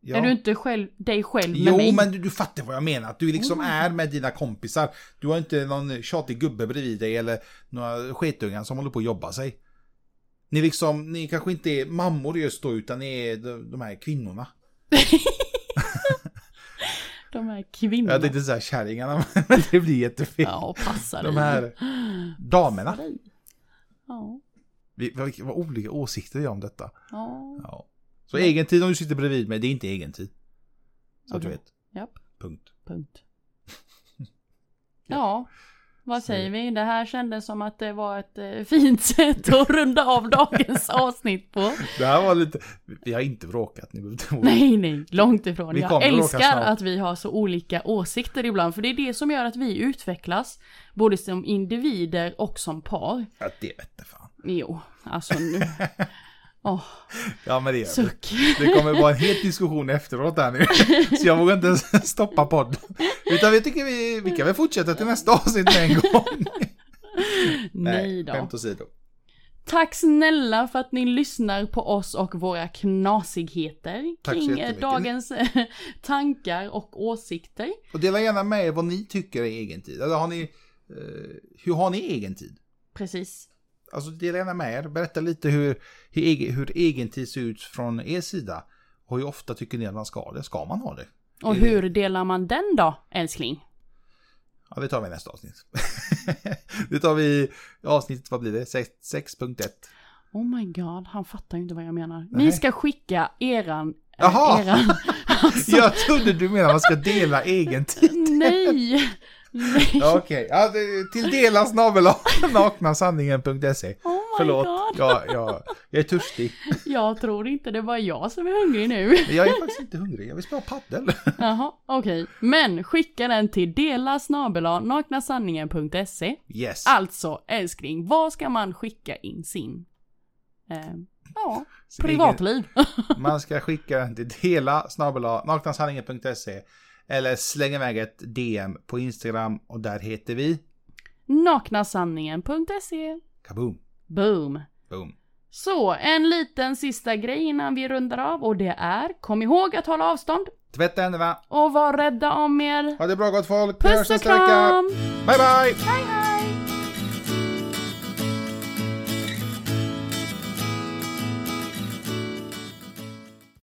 Speaker 2: Ja.
Speaker 1: Är du inte själv, dig själv med
Speaker 2: jo
Speaker 1: mig? Mm.
Speaker 2: men du, du fattar vad jag menar. Att du liksom är med dina kompisar. Du har inte någon tjatig gubbe bredvid dig eller några skitungar som håller på att jobba sig. Ni liksom, ni kanske inte är mammor just då utan ni är de, de här kvinnorna.
Speaker 1: De här kvinnorna.
Speaker 2: Jag tänkte säga kärringarna men det blir jättefel.
Speaker 1: Ja, passa
Speaker 2: De
Speaker 1: dig.
Speaker 2: här damerna.
Speaker 1: Passa dig. Ja.
Speaker 2: Vi, vad, vad olika åsikter vi har om detta.
Speaker 1: Ja.
Speaker 2: Ja. Så egen tid om du sitter bredvid mig, det är inte egen tid. Så att du
Speaker 1: Okej.
Speaker 2: vet.
Speaker 1: Mm. Japp.
Speaker 2: Punkt.
Speaker 1: Punkt. Ja, vad säger vi? Det här kändes som att det var ett eh, fint sätt att runda av dagens avsnitt på.
Speaker 2: Det här var lite... Vi har inte bråkat. Ni behöver inte oroa er.
Speaker 1: Nej, nej, långt ifrån.
Speaker 2: Vi
Speaker 1: Jag
Speaker 2: kommer att åka
Speaker 1: älskar
Speaker 2: snart.
Speaker 1: att vi har så olika åsikter ibland, för det är det som gör att vi utvecklas, både som individer och som par.
Speaker 2: Ja, det vette fan.
Speaker 1: Jo, alltså nu. Åh,
Speaker 2: Ja, men det gör vi.
Speaker 1: suck.
Speaker 2: Det kommer vara en het diskussion efteråt här nu. Så jag vågar inte ens stoppa podden. Utan vi tycker vi, vi kan väl fortsätta till nästa avsnitt med en gång.
Speaker 1: Nej då.
Speaker 2: skämt åsido.
Speaker 1: Tack snälla för att ni lyssnar på oss och våra knasigheter
Speaker 2: Tack så
Speaker 1: kring eh,
Speaker 2: jättemycket.
Speaker 1: dagens tankar och åsikter.
Speaker 2: Och dela gärna med er vad ni tycker är egen tid. Eller har ni... Eh, hur har ni egen tid?
Speaker 1: Precis.
Speaker 2: Alltså dela gärna med er. Berätta lite hur, hur, egen, hur egen tid ser ut från er sida. Och hur ofta tycker ni att man ska ha det? Ska man ha det?
Speaker 1: Och hur delar man den då, älskling?
Speaker 2: Ja, det tar vi i nästa avsnitt. det tar vi i avsnitt, vad blir det? Sex- 6.1.
Speaker 1: Oh my god, han fattar ju inte vad jag menar.
Speaker 2: Nej.
Speaker 1: Ni ska skicka eran... eh,
Speaker 2: Jaha!
Speaker 1: eran alltså,
Speaker 2: Jag trodde du menade att man ska dela egen tid.
Speaker 1: nej! nej.
Speaker 2: Ja, Okej, ja, det- till dela snabel naknasanningen.se.
Speaker 1: Oh my
Speaker 2: Förlåt,
Speaker 1: god.
Speaker 2: jag, jag, jag är törstig.
Speaker 1: Jag tror inte det är bara jag som är hungrig nu.
Speaker 2: Men Jag är faktiskt inte hungrig, jag vill spela paddel.
Speaker 1: Jaha, okej. Men skicka den till dela snabel-a naknasanningen.se
Speaker 2: Yes.
Speaker 1: Alltså älskling, var ska man skicka in sin eh, ja,
Speaker 2: Sin
Speaker 1: privatliv?
Speaker 2: Man ska skicka den till dela snabbela naknasanningen.se eller slänga iväg ett DM på Instagram och där heter vi
Speaker 1: Naknasanningen.se
Speaker 2: Kaboom!
Speaker 1: Boom!
Speaker 2: Boom!
Speaker 1: Så, en liten sista grej innan vi rundar av och det är, kom ihåg att hålla avstånd
Speaker 2: Tvätta händerna.
Speaker 1: och var rädda om er.
Speaker 2: Ha det bra gott folk. Vi
Speaker 1: Puss
Speaker 2: hörs
Speaker 1: och
Speaker 2: nästa vecka.
Speaker 1: kram!
Speaker 2: Bye bye.
Speaker 1: Hej hej!